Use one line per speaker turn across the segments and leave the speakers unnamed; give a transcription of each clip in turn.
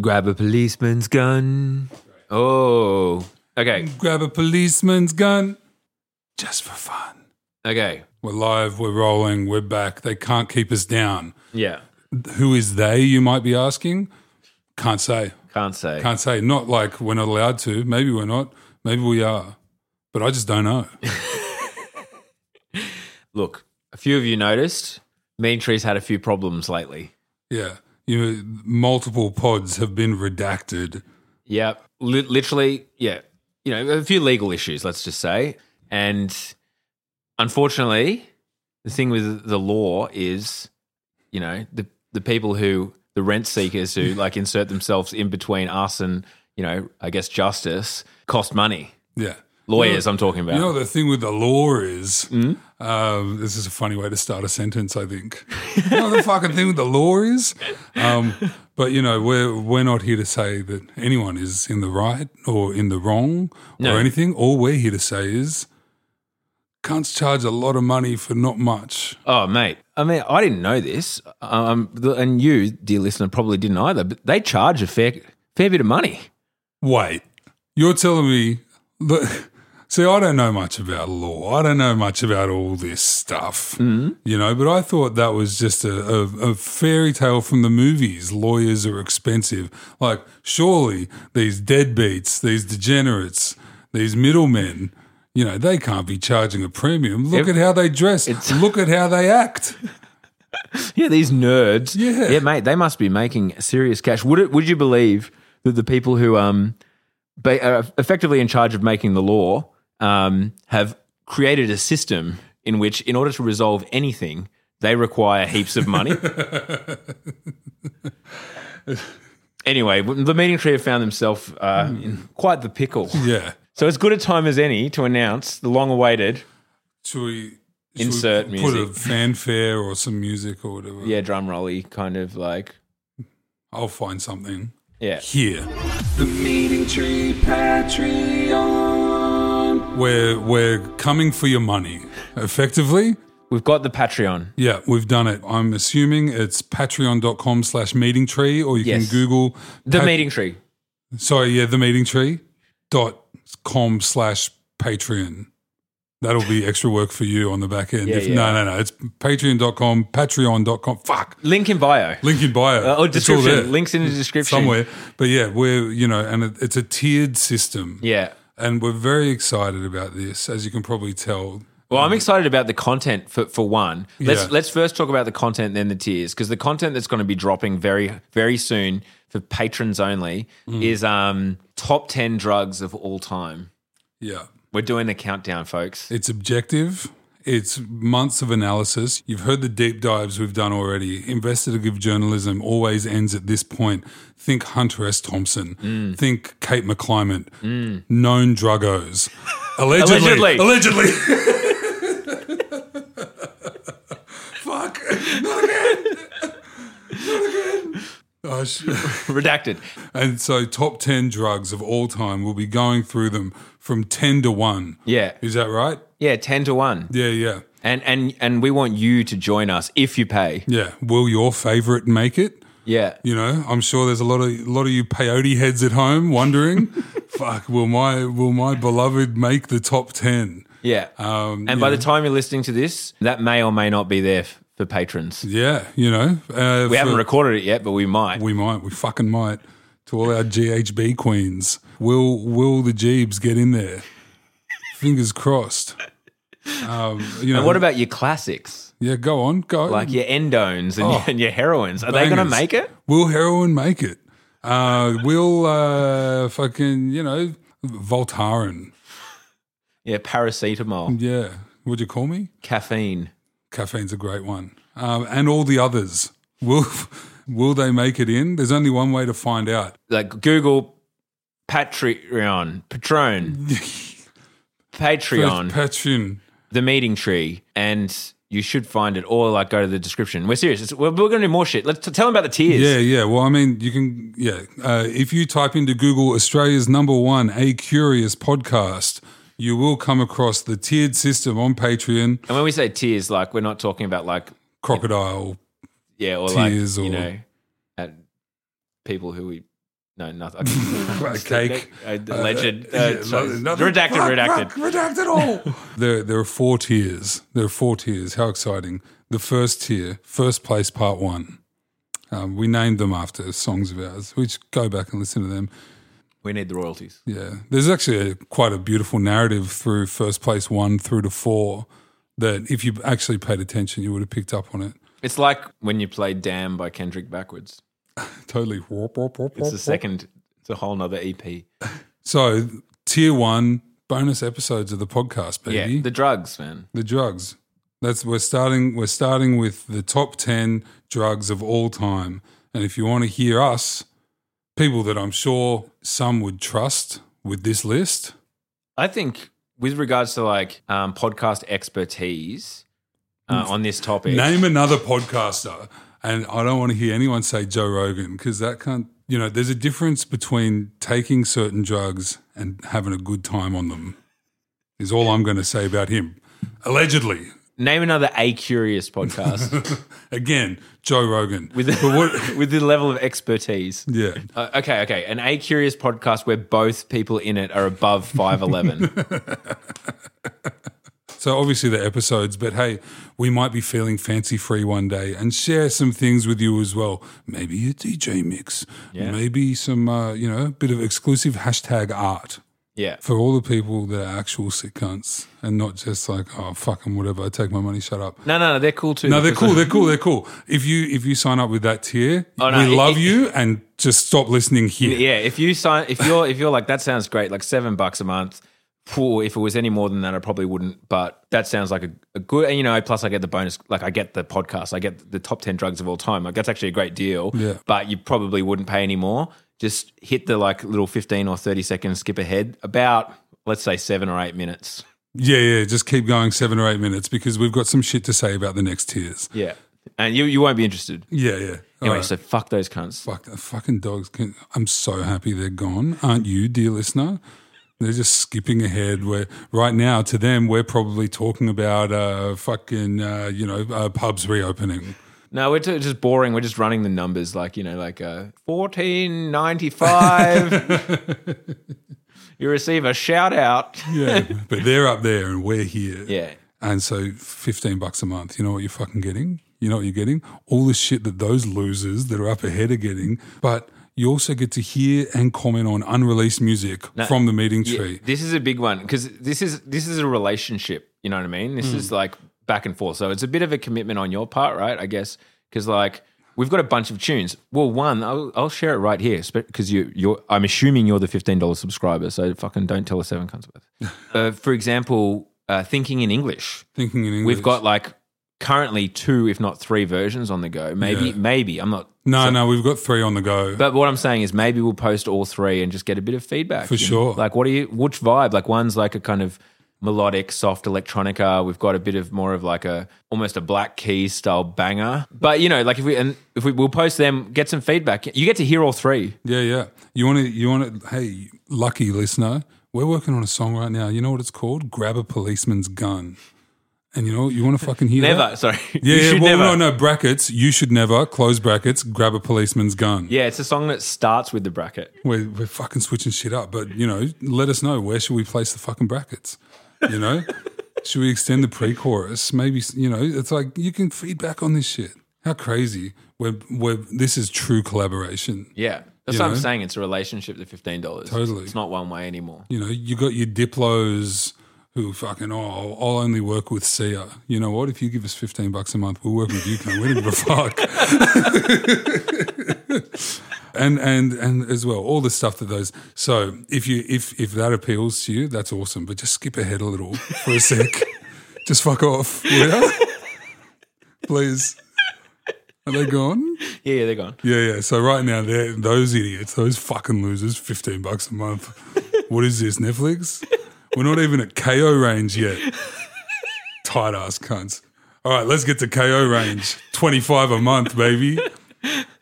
Grab a policeman's gun. Oh, okay,
Grab a policeman's gun just for fun.
okay,
We're live, we're rolling, we're back. They can't keep us down.
yeah.
Who is they, you might be asking? Can't say.
Can't say.
Can't say. Not like we're not allowed to. Maybe we're not. Maybe we are. But I just don't know.
Look, a few of you noticed Mean Tree's had a few problems lately.
Yeah. You multiple pods have been redacted.
Yeah, li- literally, yeah. You know, a few legal issues, let's just say. And unfortunately, the thing with the law is, you know, the the people who the rent seekers who like insert themselves in between us and, you know, I guess justice cost money.
Yeah.
Lawyers, I'm talking about. Mm?
You know the thing with the law is um, this is a funny way to start a sentence. I think you know the fucking thing with the law is, um, but you know we're we're not here to say that anyone is in the right or in the wrong
No.
or anything. All we're here to say is cunts charge a lot of money for not much.
Oh, mate. I mean, I didn't know this, um, the- and you, dear listener, probably didn't either. But they charge a fair fair bit of money.
Wait, you're telling me? That, see, I don't know much about law. I don't know much about all this stuff, you know. But I thought that was just a, a, a fairy tale from the movies. Lawyers are expensive. Like, surely these deadbeats, these degenerates, these middlemen. You know, they can't be charging a premium. Look
Ev-
at how they dress. Look at how they act.
Yeah, these nerds.
Yeah.
mate. They must be making serious cash. Would it? Would you believe that the people who um, ba- are effectively in charge of making the law um, have created a system in which, in order to resolve anything, they require heaps of money. anyway, the meeting tree have found themselves uh, in quite the pickle.
Yeah.
So as good a time as any to announce the long-awaited
Should we should we
Insert
put
music.
a fanfare or some music or whatever?
yeah drum rolly kind of like
I'll find something.
yeah
here
The Meeting Tree Patreon.
we're we're coming for your money effectively
we've got the Patreon
yeah we've done it i'm assuming it's patreon.com slash meeting tree or you
Yes.
can google
the
Pat-
meeting tree
sorry yeah the meeting tree dot com slash patreon that'll be extra work for you on the back end
Yeah,
if,
yeah.
no no no it's patreon.com patreon.com fuck
link in bio
link in bio
uh, or
It's all there. Mm,
description links in the description
somewhere but yeah we're you know and it, it's a tiered system
yeah
and we're very excited about this as you can probably tell
well I'm excited about the content for for one let's
Yeah.
let's first talk about the content then the tiers because the content that's going to be dropping very very soon for patrons only
Mm.
is um top 10 drugs of all time
yeah
we're doing a countdown folks
It's objective. It's months of analysis. You've heard the deep dives we've done already. Investigative journalism always ends at this point. Think Hunter S. Thompson. Think Kate McClimate. Known druggos. Allegedly.
Allegedly.
Allegedly. Fuck. Not again. Not again. Oh, shit.
redacted
And so, top 10 drugs of all time, we'll be going through them from 10 to 1.
yeah
Is that right?
yeah 10 to 1
Yeah, yeah.
And and and we want you to join us if you pay.
Yeah. Will your favorite make it?
Yeah.
You know, I'm sure there's a lot of a lot of you peyote heads at home wondering, fuck, will my will my beloved make the top ten?
Yeah.
Um,
and by the time you're listening to this, that may or may not be there f- for patrons.
Yeah, you know, uh,
We haven't recorded it yet, but we might.
we might, we fucking might. To all our GHB queens, will will the Jeebs get in there? Fingers crossed. Um, you know,
and what about your classics?
yeah? Go on, go.
Like your endones and, your, and your heroines. Are they going to
Oh. bangers.
make it?
Will heroin make it? Uh, will uh, fucking you know Voltaren?
Yeah, paracetamol,
Yeah. Would you call me?
caffeine.
Caffeine's a great one. Um, and all the others. Will will they make it in? There's only one way to find out.
Like Google Patreon, Patron, Patreon,
Patreon.
the meeting tree, and you should find it or like go to the description. We're serious. It's, we're we're going to do more shit. Let's tell them about the tiers.
Yeah, yeah. Well, I mean, you can, yeah. Uh, if you type into Google Australia's number one A Curious podcast, you will come across the tiered system on Patreon,
And when we say tiers, like we're not talking about like
Crocodile.
yeah, or
Tiers
like
or-
you know, at people who we No, nothing. A
cake.
Alleged.
Yeah,
Uh, sorry.
nothing-
redacted,
fuck,
redacted.
fuck, redacted all. there, there are four tiers. There are four tiers. How exciting! The first tier, first place, part one. Um, we named them after songs of ours. We should go back and listen to them.
We need the royalties.
Yeah, there's actually a, quite a beautiful narrative through first place one through to four that if you actually paid attention, you would have picked up on it.
It's like when you play Damn by Kendrick backwards.
Totally.
It's the second, it's a whole nother E EP.
So tier one bonus episodes of the podcast,
Yeah.
baby.
The drugs, man.
The drugs. That's we're starting. We're starting with the top ten drugs of all time. And if you want to hear us, people that I'm sure some would trust with this list,
I think with regards to like um, podcast expertise uh, on this topic.
Mm. name another podcaster. And I don't want to hear anyone say Joe Rogan because that can't. You know, there's a difference between taking certain drugs and having a good time on them. Is all I'm going to say about him. Allegedly,
Name another A Curious podcast
again, Joe Rogan.
with
but what?
with the level of expertise.
Yeah,
Uh, okay, okay. An A Curious podcast where both people in it are above 5'11.
So obviously the episodes, but hey, we might be feeling fancy free one day and share some things with you as well. Maybe a DJ mix, maybe some uh, you know bit of exclusive hashtag art
yeah.
for all the people that are actual sick cunts and not just like oh fuck 'em, whatever. I take my money, shut up.
No, no, no. They're cool too.
No, they're
because-
cool. They're cool. They're cool. If you if you sign up with that tier,
Oh, no,
we
it-
love
it-
you and just stop listening here.
uh, Yeah, if you sign, if you're, if you're like that sounds great, like seven bucks a month. Phew, if it was any more than that, I probably wouldn't. But that sounds like a, a good, and you know, plus I get the bonus, like I get the podcast, I get the top ten drugs of all time. Like that's actually a great deal.
Yeah.
But you probably wouldn't pay any more. Just hit the like little fifteen or thirty second skip ahead, about let's say seven or eight minutes.
yeah, yeah. Just keep going seven or eight minutes because we've got some shit to say about the next tiers.
Yeah, and you you won't be interested
Yeah, yeah. All
anyway.
right.
So fuck those cunts.
Fuck, the fucking dogs. Can, I'm so happy they're gone. Aren't you, dear listener? They're just skipping ahead. Where right now, to them, we're probably talking about uh, fucking, uh, you know, uh, pubs reopening.
No, we're t- just boring. We're just running the numbers, like you know, like uh, fourteen ninety five. you receive a shout out.
Yeah, but they're up there and we're here.
Yeah,
And so, fifteen bucks a month. You know what you're fucking getting? You know what you're getting? All the shit that those losers that are up ahead are getting, but. You also get to hear and comment on unreleased music from the meeting tree.
this is a big one because this is this is a relationship. You know what I mean? This
Mm.
is like back and forth. So it's a bit of a commitment on your part, right? I guess because like we've got a bunch of tunes. Well, one I'll, I'll share it right here because you you're I'm assuming you're the fifteen dollars subscriber. So fucking don't tell us seven comes with. uh, for example, uh, thinking in English.
Thinking in English.
We've got like currently two, if not three versions on the go. Maybe,
Yeah.
maybe I'm not.
no, no, we've got three on the go.
But what I'm saying is maybe we'll post all three and just get a bit of feedback.
For
you know?
sure.
Like, what are you? Which vibe? Like, one's like a kind of melodic, soft electronica. We've got a bit of more of like a almost a black keys style banger. But you know, like if we and if we will post them, get some feedback. You get to hear all three.
Yeah, yeah. You want to, you want to, hey, lucky listener, we're working on a song right now. You know what it's called? Grab a Policeman's Gun. And you know, you want to fucking hear
Never,
that?
sorry.
Yeah,
You
yeah.
should
well,
never.
no, no, brackets. You should never, close brackets, grab a policeman's gun.
Yeah, it's a song that starts with the bracket.
We're, we're fucking switching shit up. But, you know, let us know where should we place the fucking brackets? You know? should we extend the pre chorus? Maybe, you know, it's like you can feedback on this shit. How crazy. We're, we're, this is true collaboration.
Yeah, that's
You
what
know?
I'm saying. It's a relationship. The fifteen dollars.
Totally.
it's not one way anymore.
You know, you got your Diplos who fucking, oh, I'll- I'll only work with Sia. You know what? If you give us 15 bucks a month, we'll work with you. cunt. We don't give a fuck. and, and, and as well, all the stuff that those, so if you, if, if that appeals to you, that's awesome. But just skip ahead a little for a sec. just fuck off. Will ya? Please. Are they gone?
Yeah, yeah, they're gone.
Yeah, yeah. So right now, they're, those idiots, those fucking losers, fifteen bucks a month. what is this Netflix? We're not even at KO range yet. Tight ass cunts. All right, let's get to KO range. Twenty five a month, baby.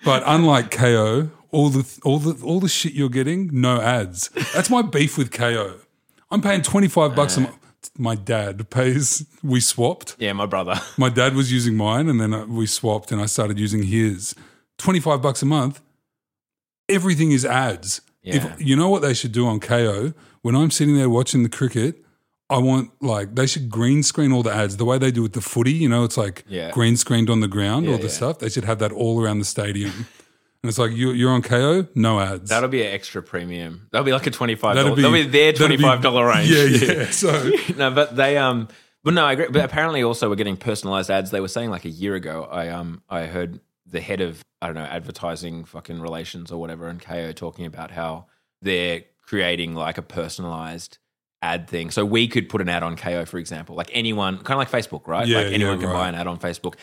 But unlike KO, all the all the all the shit you're getting, no ads. That's my beef with KO. I'm paying twenty five bucks a month. My dad pays. We swapped.
Yeah, my brother.
My dad was using mine, and then uh, we swapped, and I started using his. Twenty five bucks a month. everything is ads.
Yeah.
If you know what they should do on KO, when I'm sitting there watching the cricket, I want like they should green screen all the ads the way they do with the footy. You know, it's like
Yeah.
green screened on the ground, all
Yeah,
the
yeah.
stuff. They should have that all around the stadium, and it's like you, you're on KO, no ads.
That'll be an extra premium. That'll be like a twenty-five.
That'll
That'll be, their
that'll be-
twenty-five dollar range.
Yeah, yeah. So
no, but they um, but no, I agree. But apparently, also we're getting personalized ads. They were saying like a year ago. I um, I heard the head of I don't know advertising fucking relations or whatever and Ko talking about how they're creating like a personalized ad thing. So we could put an ad on Ko, for example, like anyone, kind of like Facebook, right?
Yeah,
like anyone
yeah,
can
right.
buy an ad on Facebook.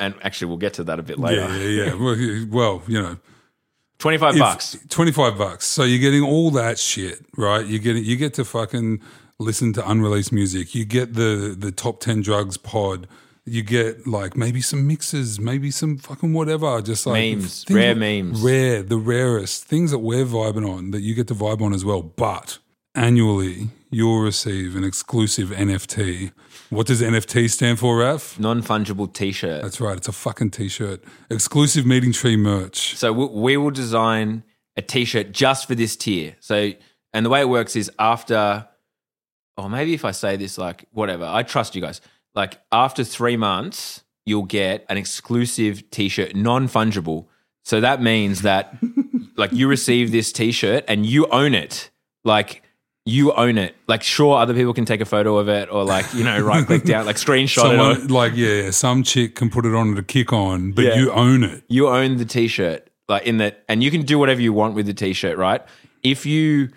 And actually, we'll get to that a bit later.
yeah, yeah, yeah. Well, you- well, you know,
Twenty-five
if-
bucks.
25 bucks. So you're getting all that shit, right? You get you get to fucking listen to unreleased music. You get the the top 10 drugs pod. You get like maybe some mixes, maybe some fucking whatever, just like
Memes,
things
rare
that-
memes.
Rare, the rarest things that we're vibing on that you get to vibe on as well. But annually, you'll receive an exclusive NFT. What does NFT stand for, Raf?
Non fungible t shirt.
That's right, it's a fucking t shirt. Exclusive meeting tree merch.
So we, we will design a T-shirt just for this tier. So and the way it works is after, or maybe if I say this like whatever, I trust you guys. Like after three months, you'll get an exclusive T-shirt, non-fungible. So that means that like you receive this T-shirt and you own it. Like you own it. Like sure, other people can take a photo of it or like you know right click down, like screenshot it. or-
Someone like yeah, yeah, some chick can put it on at a kick on, but
Yeah.
you own it.
you own the t-shirt like in that and you can do whatever you want with the t-shirt right if you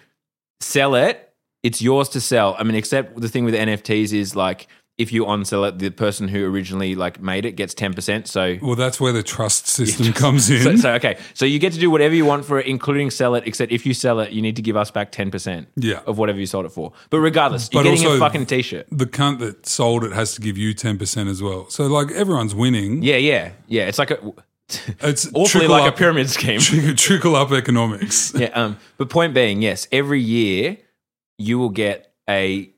sell it it's yours to sell i mean except the thing with nfts is like if you on sell it the person who originally like made it gets 10% so
Well, that's where the trust system comes in.
so, so okay so you get to do whatever you want for it including sell it except if you sell it you need to give us back 10%
Yeah.
of whatever you sold it for but regardless you're
But
getting a
also-
fucking t-shirt
the cunt that sold it has to give you ten percent as well. So like everyone's winning.
yeah yeah yeah it's like a
It's
awfully
trickle
like
up-
a pyramid scheme
Trickle, trickle up economics.
yeah. Um, but point being, yes, every year you will get a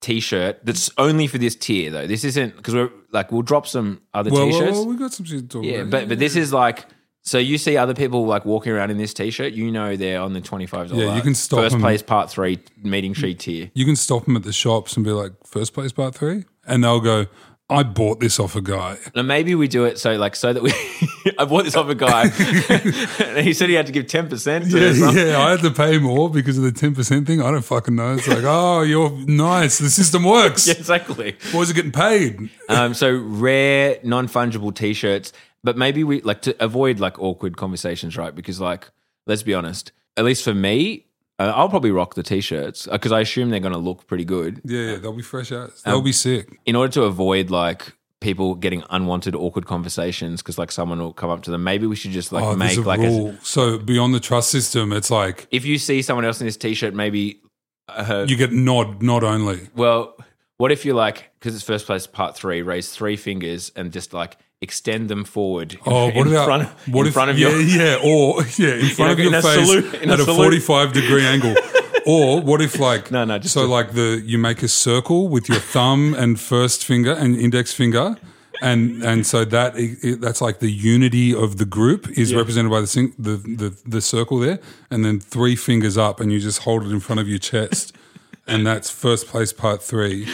T-shirt that's only for this tier, though. This isn't because we're like we'll drop some other
well, well,
T-shirts.
well, we got some shit to talk
yeah,
about.
but but this is like so you see other people like walking around in this T-shirt, you know they're on the twenty five dollars.
Yeah, you can stop
first
them.
place part three meeting tree tier.
you can stop them at the shops and be like, first place part three, and they'll go, I bought this off a guy.
Now maybe we do it so like so that we. I bought this off a guy, and he said he had to give ten percent.
Yeah, yeah, I had to pay more because of the ten percent thing. I don't fucking know. It's like, oh, you're nice. The system works.
exactly.
Boys are getting paid.
um, so rare, non fungible t shirts. But maybe we like to avoid like awkward conversations, right? Because like, let's be honest. At least for me, uh, I'll probably rock the t shirts because I assume they're going to look pretty good.
Yeah, yeah, they'll be fresh out.
Um,
They'll be sick.
In order to avoid like people getting unwanted awkward conversations, because like someone will come up to them. Maybe we should just like
Oh,
make
there's a
like a,
rule. so beyond the trust system, it's like
if you see someone else in this t shirt, maybe uh,
you get nod, not only.
Well, what if you like because it's first place part three, raise three fingers and just like extend them forward
Oh,
in,
what
in
about
front of,
what
in
if,
front of
yeah,
your
yeah, or yeah, in front
in a
of your face
salute- in a
at a
salute.
forty-five degree angle. Or what if like
No, no, just
so
do-
like the you make a circle with your thumb and first finger and index finger. And and so that i- i- that's like the unity of the group is represented by the, sing, the the the circle there, and then three fingers up, and you just hold it in front of your chest, and that's first place part three,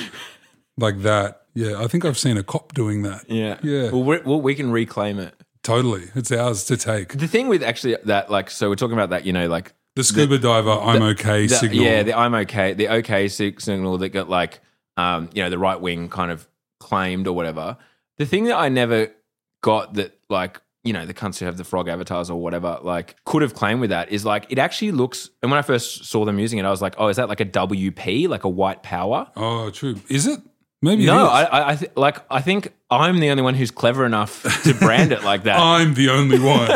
like that. Yeah, I think I've seen a cop doing that.
yeah
yeah,
Well, we well, we can reclaim it.
totally. It's ours to take.
The thing with actually that like so we're talking about that you know like
The scuba diver, I'm okay
the-
signal.
yeah the I'm okay the okay sig- signal that got like um you know the right wing kind of claimed or whatever. The thing that I never got that like you know the cunts who have the frog avatars or whatever like could have claimed with that is like it actually looks and when I first saw them using it I was like oh is that like a WP like a white power
oh, true. Is it? Maybe
no
It
I I, I th- like I think I'm the only one who's clever enough to brand it like that
is. I'm the only one.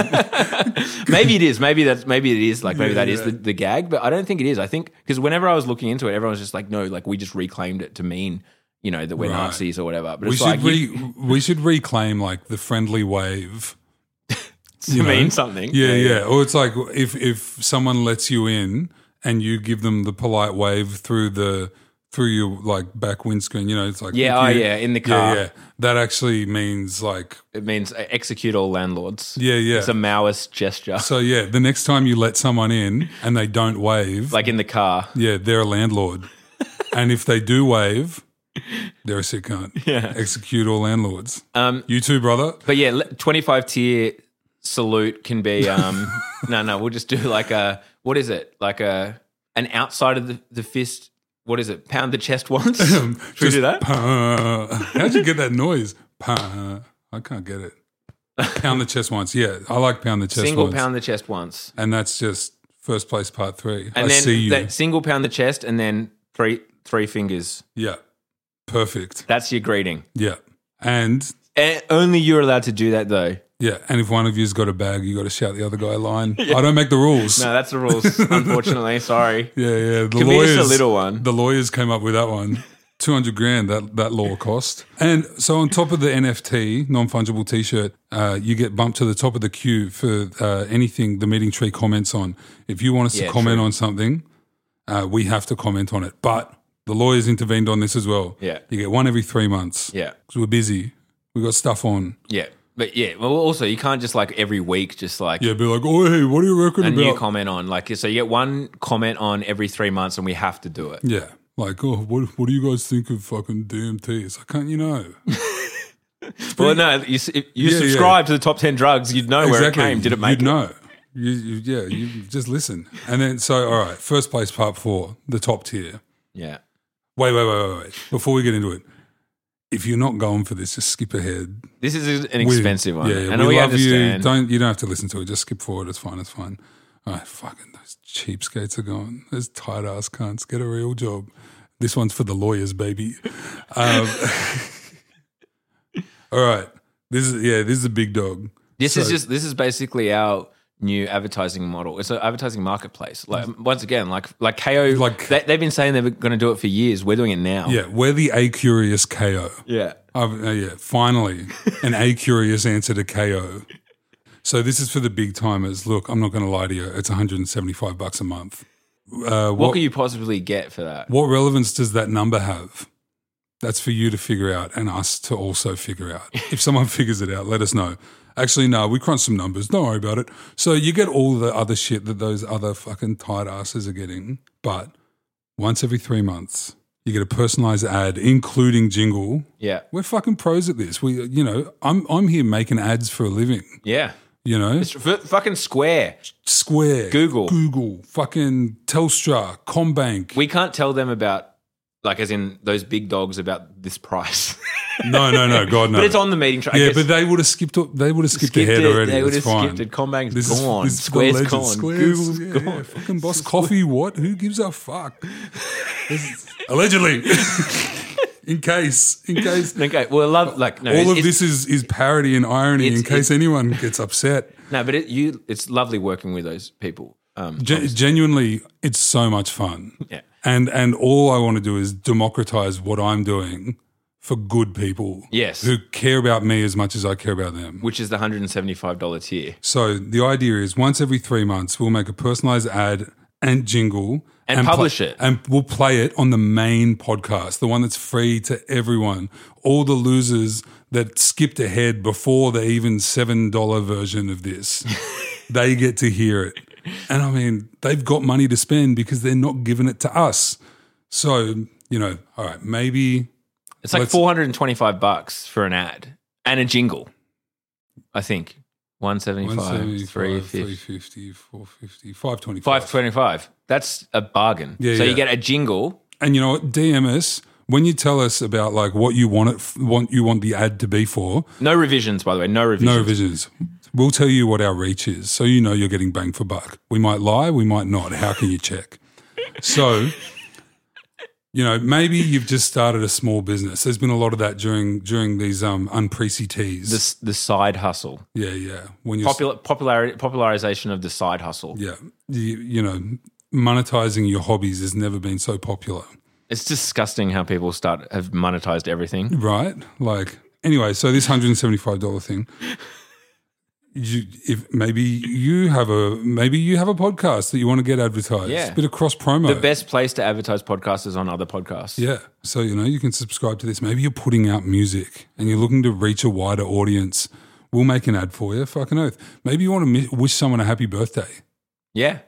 maybe it is. Maybe that's maybe it is. Like maybe
Yeah,
that is
yeah.
the, the gag, but I don't think it is. I think because whenever I was looking into it, everyone was just like, no, like we just reclaimed it to mean, you know, that we're
Right.
Nazis or whatever. But
we
it's
should
like
re-
you-
we should reclaim like the friendly wave.
to mean something.
Yeah, yeah. Or it's like if if someone lets you in and you give them the polite wave through the through your like back windscreen. You know, it's like
Yeah, oh,
computer-
yeah, in the
yeah,
car.
yeah. That actually means like
It means uh, execute all landlords.
yeah, yeah.
It's a Maoist gesture,
so yeah, the next time you let someone in and they don't wave,
like in the car.
yeah, they're a landlord, and if they do wave, they're a sick cunt.
Yeah.
Execute all landlords.
Um,
You too, brother.
But yeah, le- 25 tier salute can be um no no, we'll just do like a what is it? Like a an outside of the, the fist what is it? Pound the chest once. Should we
Just
do that?
"Pah." How'd you get that noise? Pah. I can't get it. Pound the chest once. Yeah, I like pound the chest
Single
once.
pound the chest once.
And that's just first place part three.
And
I
then
see you.
that single pound the chest and then three three fingers.
yeah. Perfect.
That's your greeting.
Yeah. And
And only you're allowed to do that though.
yeah, and if one of you's got a bag, you got to shout the other guy a line. I don't make the rules.
No, that's the rules, unfortunately. Sorry.
Yeah, yeah. The
Give me
lawyers,
just a little one.
The lawyers came up with that one. Two hundred grand that that law cost. And so on top of the NFT non fungible T shirt, uh, you get bumped to the top of the queue for uh, anything the meeting tree comments on. If you want us
Yeah,
to comment on something, uh, we have to comment on it. But the lawyers intervened on this as well.
Yeah.
you get one every three months.
Yeah.
'Cause we're busy. We got stuff on.
Yeah. But yeah, well also you can't just like every week just like
Yeah, be like, oh hey, what are you reckon
a
about?
new comment on. Like, so you get one comment on every three months, and we have to do it.
Yeah. Like, oh, what, what do you guys think of fucking DMT? It's like, can't you know?
Well, no, you, s- if you
Yeah,
subscribe to the top ten drugs, you'd know where it came. Did it make?
You'd know. You, you, yeah, you just listen. And then, so, all right, first place, part four, the top tier.
it? Yeah.
Wait, wait, wait, wait, wait. Before we get into it, if you're not going for this, just skip ahead.
This is an
We-
expensive one,
Yeah, yeah,
and
we,
we,
love you.
understand.
Don't you don't have to listen to it. Just skip forward. It's fine. It's fine. All right, fucking those cheapskates are gone. Those tight ass cunts. Get a real job. This one's for the lawyers, baby. Um, all right. This is yeah. This is a big dog.
This is
So-
just this is basically our new advertising model. It's an advertising marketplace. Like once again, like like KO,
Mm. Like-
like they, they've been saying they were going to do it for years. We're doing it now.
Yeah, we're the a curious ko.
Yeah.
I've, uh, yeah, finally, an A curious answer to KO. So this is for the big timers. Look, I'm not going to lie to you. It's 175 bucks a month. Uh,
What, could you possibly get for that?
what relevance does that number have? That's for you to figure out and us to also figure out. If someone figures it out, let us know. Actually, no, we crunched some numbers. Don't worry about it. So you get all the other shit that those other fucking tight asses are getting, but once every three months, you get a personalized ad, including jingle.
Yeah.
We're fucking pros at this. We, you know, I'm I'm here making ads for a living.
Yeah.
You know,
It's f- fucking Square.
Square,
Google.
Google, fucking Telstra, Combank.
We can't tell them about like as in those big dogs about this price.
no, no, no, God no.
But it's on the meeting track.
Yeah, but they would have skipped. They would have skipped,
Skipped
ahead
it.
already.
They would
It's
have
fine.
skipped it. Combank's
This is-
gone.
this is for
Square's
legends.
gone.
Square's-
Google's
yeah,
gone.
Fucking boss coffee. What? Who gives a fuck? This is- allegedly, in case, in case.
Okay, well, love like no,
All
it's-
of
it's-
this is, is parody and irony in
it's-
case anyone gets upset.
No, but it, you, it's lovely working with those people. Um,
Gen- genuinely, it's so much fun.
Yeah.
And and all I want to do is democratize what I'm doing for good people.
Yes.
Who care about me as much as I care about them.
which is the hundred and seventy-five dollar tier,
So the idea is once every three months, we'll make a personalized ad and jingle
And
pla-
publish it.
And we'll play it on the main podcast, the one that's free to everyone. All the losers that skipped ahead before the even $7 version of this, they get to hear it. And I mean, they've got money to spend because they're not giving it to us. So, you know, all right, maybe
it's like
Let's-
four hundred and twenty-five bucks for an ad and a jingle. I think one seventy-five,
175,
three fifty,
350, 450, 525.
five twenty-five. That's a bargain.
Yeah,
so
yeah.
you get a jingle.
And you know what? DM us when you tell us about like what you want it, f- want you want the ad to be for.
No revisions, by the way. No revisions.
No revisions. We'll tell you what our reach is, so you know you're getting bang for buck. We might lie, we might not. How can you check? So, you know, maybe you've just started a small business. There's been a lot of that during during these um unprecy teas.
the, s- the side hustle,
yeah, yeah. When you're
Popular, popularity, popularization of the side hustle.
yeah, you, you know, monetizing your hobbies has never been so popular.
It's disgusting how people start have monetized everything.
Right. Like, anyway, so this $175 thing, you if maybe you have a maybe you have a podcast that you want to get advertised.
Yeah.
bit of cross promo.
The best place to advertise podcasts is on other podcasts.
Yeah. So, you know, you can subscribe to this. Maybe you're putting out music and you're looking to reach a wider audience. We'll make an ad for you. Fucking oath. Maybe you want to mi- wish someone a happy birthday.
Yeah.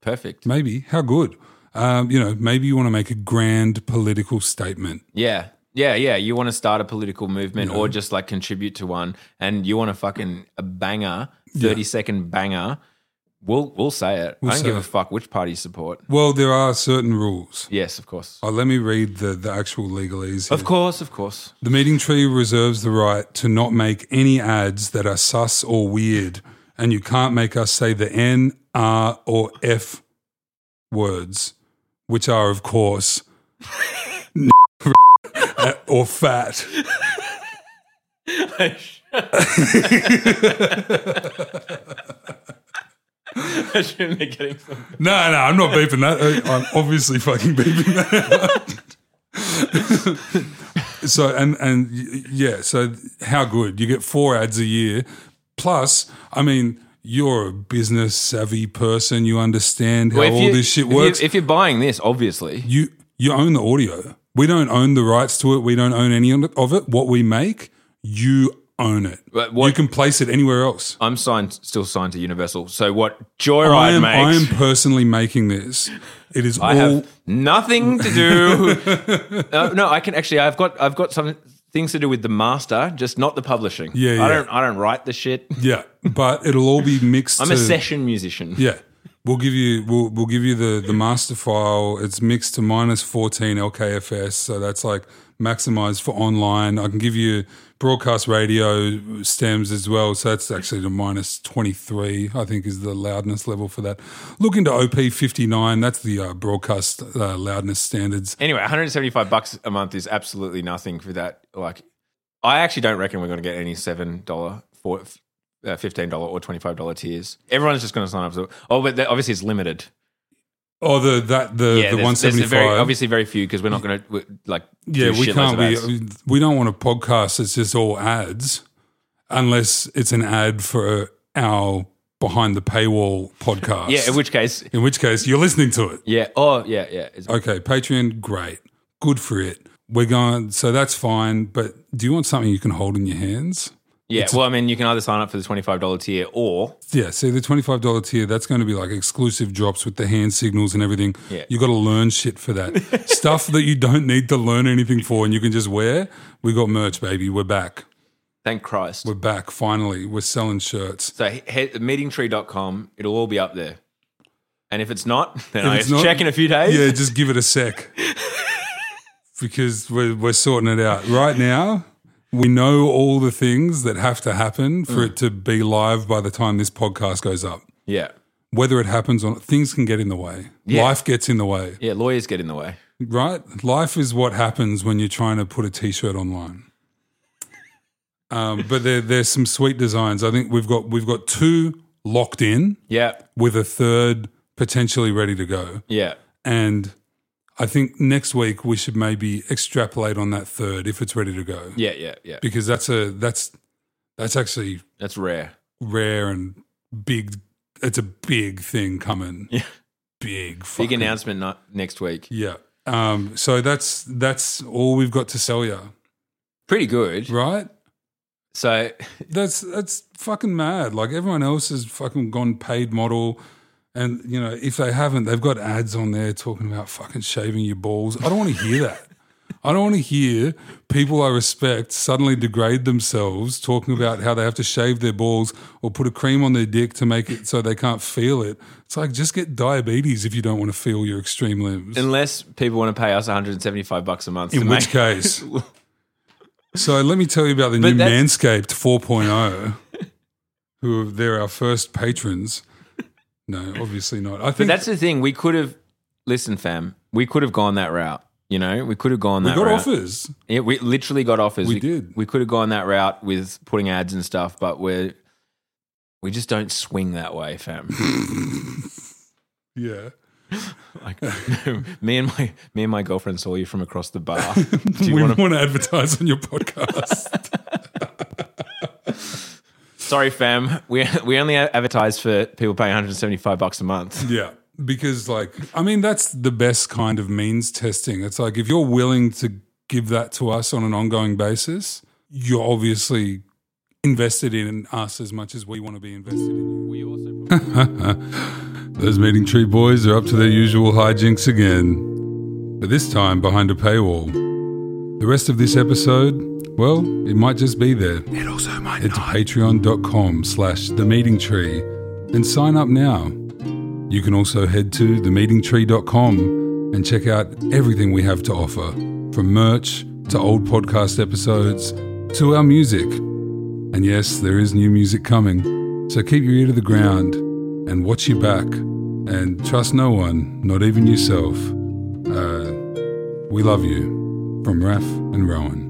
Perfect.
Maybe. How good? Um, you know, maybe you want to make a grand political statement.
Yeah. Yeah, yeah. You want to start a political movement or just like contribute to one and you want a fucking a banger, thirty second banger, we'll we'll say it. I don't
say
give a
it.
fuck which party you support.
Well, there are certain rules.
Yes, of course.
Oh, let me read the, the actual legalese. here.
Of course, of course.
The meeting tree reserves the right to not make any ads that are sus or weird, and you can't make us say the N, R, or F words, which are, of course, or fat.
I shouldn't be getting some.
No, no, I'm not beeping that. Uh, I'm obviously fucking beeping that. out. so and and y- yeah, so how good you get four ads a year. Plus, I mean, you're a business savvy person. You understand how
Well, if
all
you-
this shit
if you-
works. You,
if you're buying this, obviously.
you own the audio. We don't own the rights to it. We don't own any of it. What we make, you own it.
But what-
you can place it anywhere else.
I'm signed, still signed to Universal. So what
I
Joyride
am, I am
makes,
personally making this. It is
I,
all
have nothing to do. Uh, no, no, I can actually. I've got, I've got some things to do with the master, just not the publishing.
Yeah,
I
yeah.
don't, I don't write the shit.
Yeah, but it'll all be mixed.
I'm
to,
a session musician.
Yeah, we'll give you we'll we'll give you the the master file. It's mixed to minus fourteen LKFS, so that's like maximized for online. I can give you broadcast radio stems as well, so that's actually the minus twenty three. I think is the loudness level for that. Look into OP fifty nine. That's the uh, broadcast uh, loudness standards.
Anyway, 175 bucks a month is absolutely nothing for that. Like, I actually don't reckon we're going to get any seven dollar for. Uh, $15 or $25 tiers. Everyone's just going to sign up. To, oh, but that- obviously it's limited.
Oh, the that the
Yeah,
the one
there's, there's
seventy
a very,
five.
obviously very few because we're not going to, like,
Yeah,
do
we
shitloads
can't. uh,
of ads.
We, we don't want a podcast that's just all ads, unless it's an ad for our behind the paywall podcast.
Yeah, in which case,
in which case you're listening to it.
yeah. Oh, yeah, yeah. It's-
Okay, Patreon, great, good for it. We're going, so that's fine. But do you want something you can hold in your hands?
yeah. Well, I mean, you can either sign up for the $25 tier or,
Yeah, see the twenty five dollar tier. That's going to be like exclusive drops with the hand signals and everything.
Yeah.
you got to learn shit for that stuff that you don't need to learn anything for, and you can just wear. We got merch, baby. We're back.
thank Christ.
We're back finally. We're selling shirts.
So, he- head meetingtree.com, it'll all be up there. And if it's not, then I
it's
just
not-
check in a few days.
Yeah, just give it a sec because we're, we're sorting it out. Right now, we know all the things that have to happen for it to be live by the time this podcast goes up.
Yeah.
Whether it happens or not, things can get in the way. Life gets in the way,
Yeah. Lawyers get in the way.
right? Life is what happens when you're trying to put a t shirt online. Um, but there, there's some sweet designs. I think we've got we've got two locked in.
Yeah.
with a third potentially ready to go.
Yeah.
And I think next week we should maybe extrapolate on that third if it's ready to go.
Yeah. Yeah. Yeah.
Because that's a that's that's actually
That's rare.
rare and big it's a big thing coming.
Yeah.
Big
Big
fucking
announcement not next week.
Yeah. Um so that's that's all we've got to sell you,
Pretty good.
right?
So,
That's that's fucking mad. Like everyone else has fucking gone paid model, and you know if they haven't, they've got ads on there talking about fucking shaving your balls. I don't want to hear that. I don't want to hear people I respect suddenly degrade themselves talking about how they have to shave their balls or put a cream on their dick to make it so they can't feel it. It's like just get diabetes if you don't want to feel your extreme limbs.
unless people want to pay us 175 bucks a month,
In
to
which
make-
case. So let me tell you about the new
that's-
Manscaped 4.0, who are- they're our first patrons. No, obviously not. I
But
think
that's the thing. We could have listen, fam. We could have gone that route. You know, we could have gone
we
that
got
route.
offers.
Yeah, we literally got offers.
We did.
We could have gone that route with putting ads and stuff, but we're we just don't swing that way, fam.
Yeah.
like me and my me and my girlfriend saw you from across the bar. Do you
we
want to?
want to advertise on your podcast.
Sorry, fam. We we only advertise for people paying 175 bucks a month.
Yeah. Because, like, I mean, that's the best kind of means testing. It's like if you're willing to give that to us on an ongoing basis, you're obviously invested in us as much as we want to be invested in you.
We also
Those meeting tree boys are up to their usual hijinks again, but this time behind a paywall. The rest of this episode, well, it might just be there.
It also might
Head to patreon.com slash the meeting tree and sign up now. You can also head to themeetingtree.com and check out everything we have to offer, from merch to old podcast episodes to our music. And yes, there is new music coming, so keep your ear to the ground and watch your back and trust no one, not even yourself. Uh, we love you. From Raf and Rowan.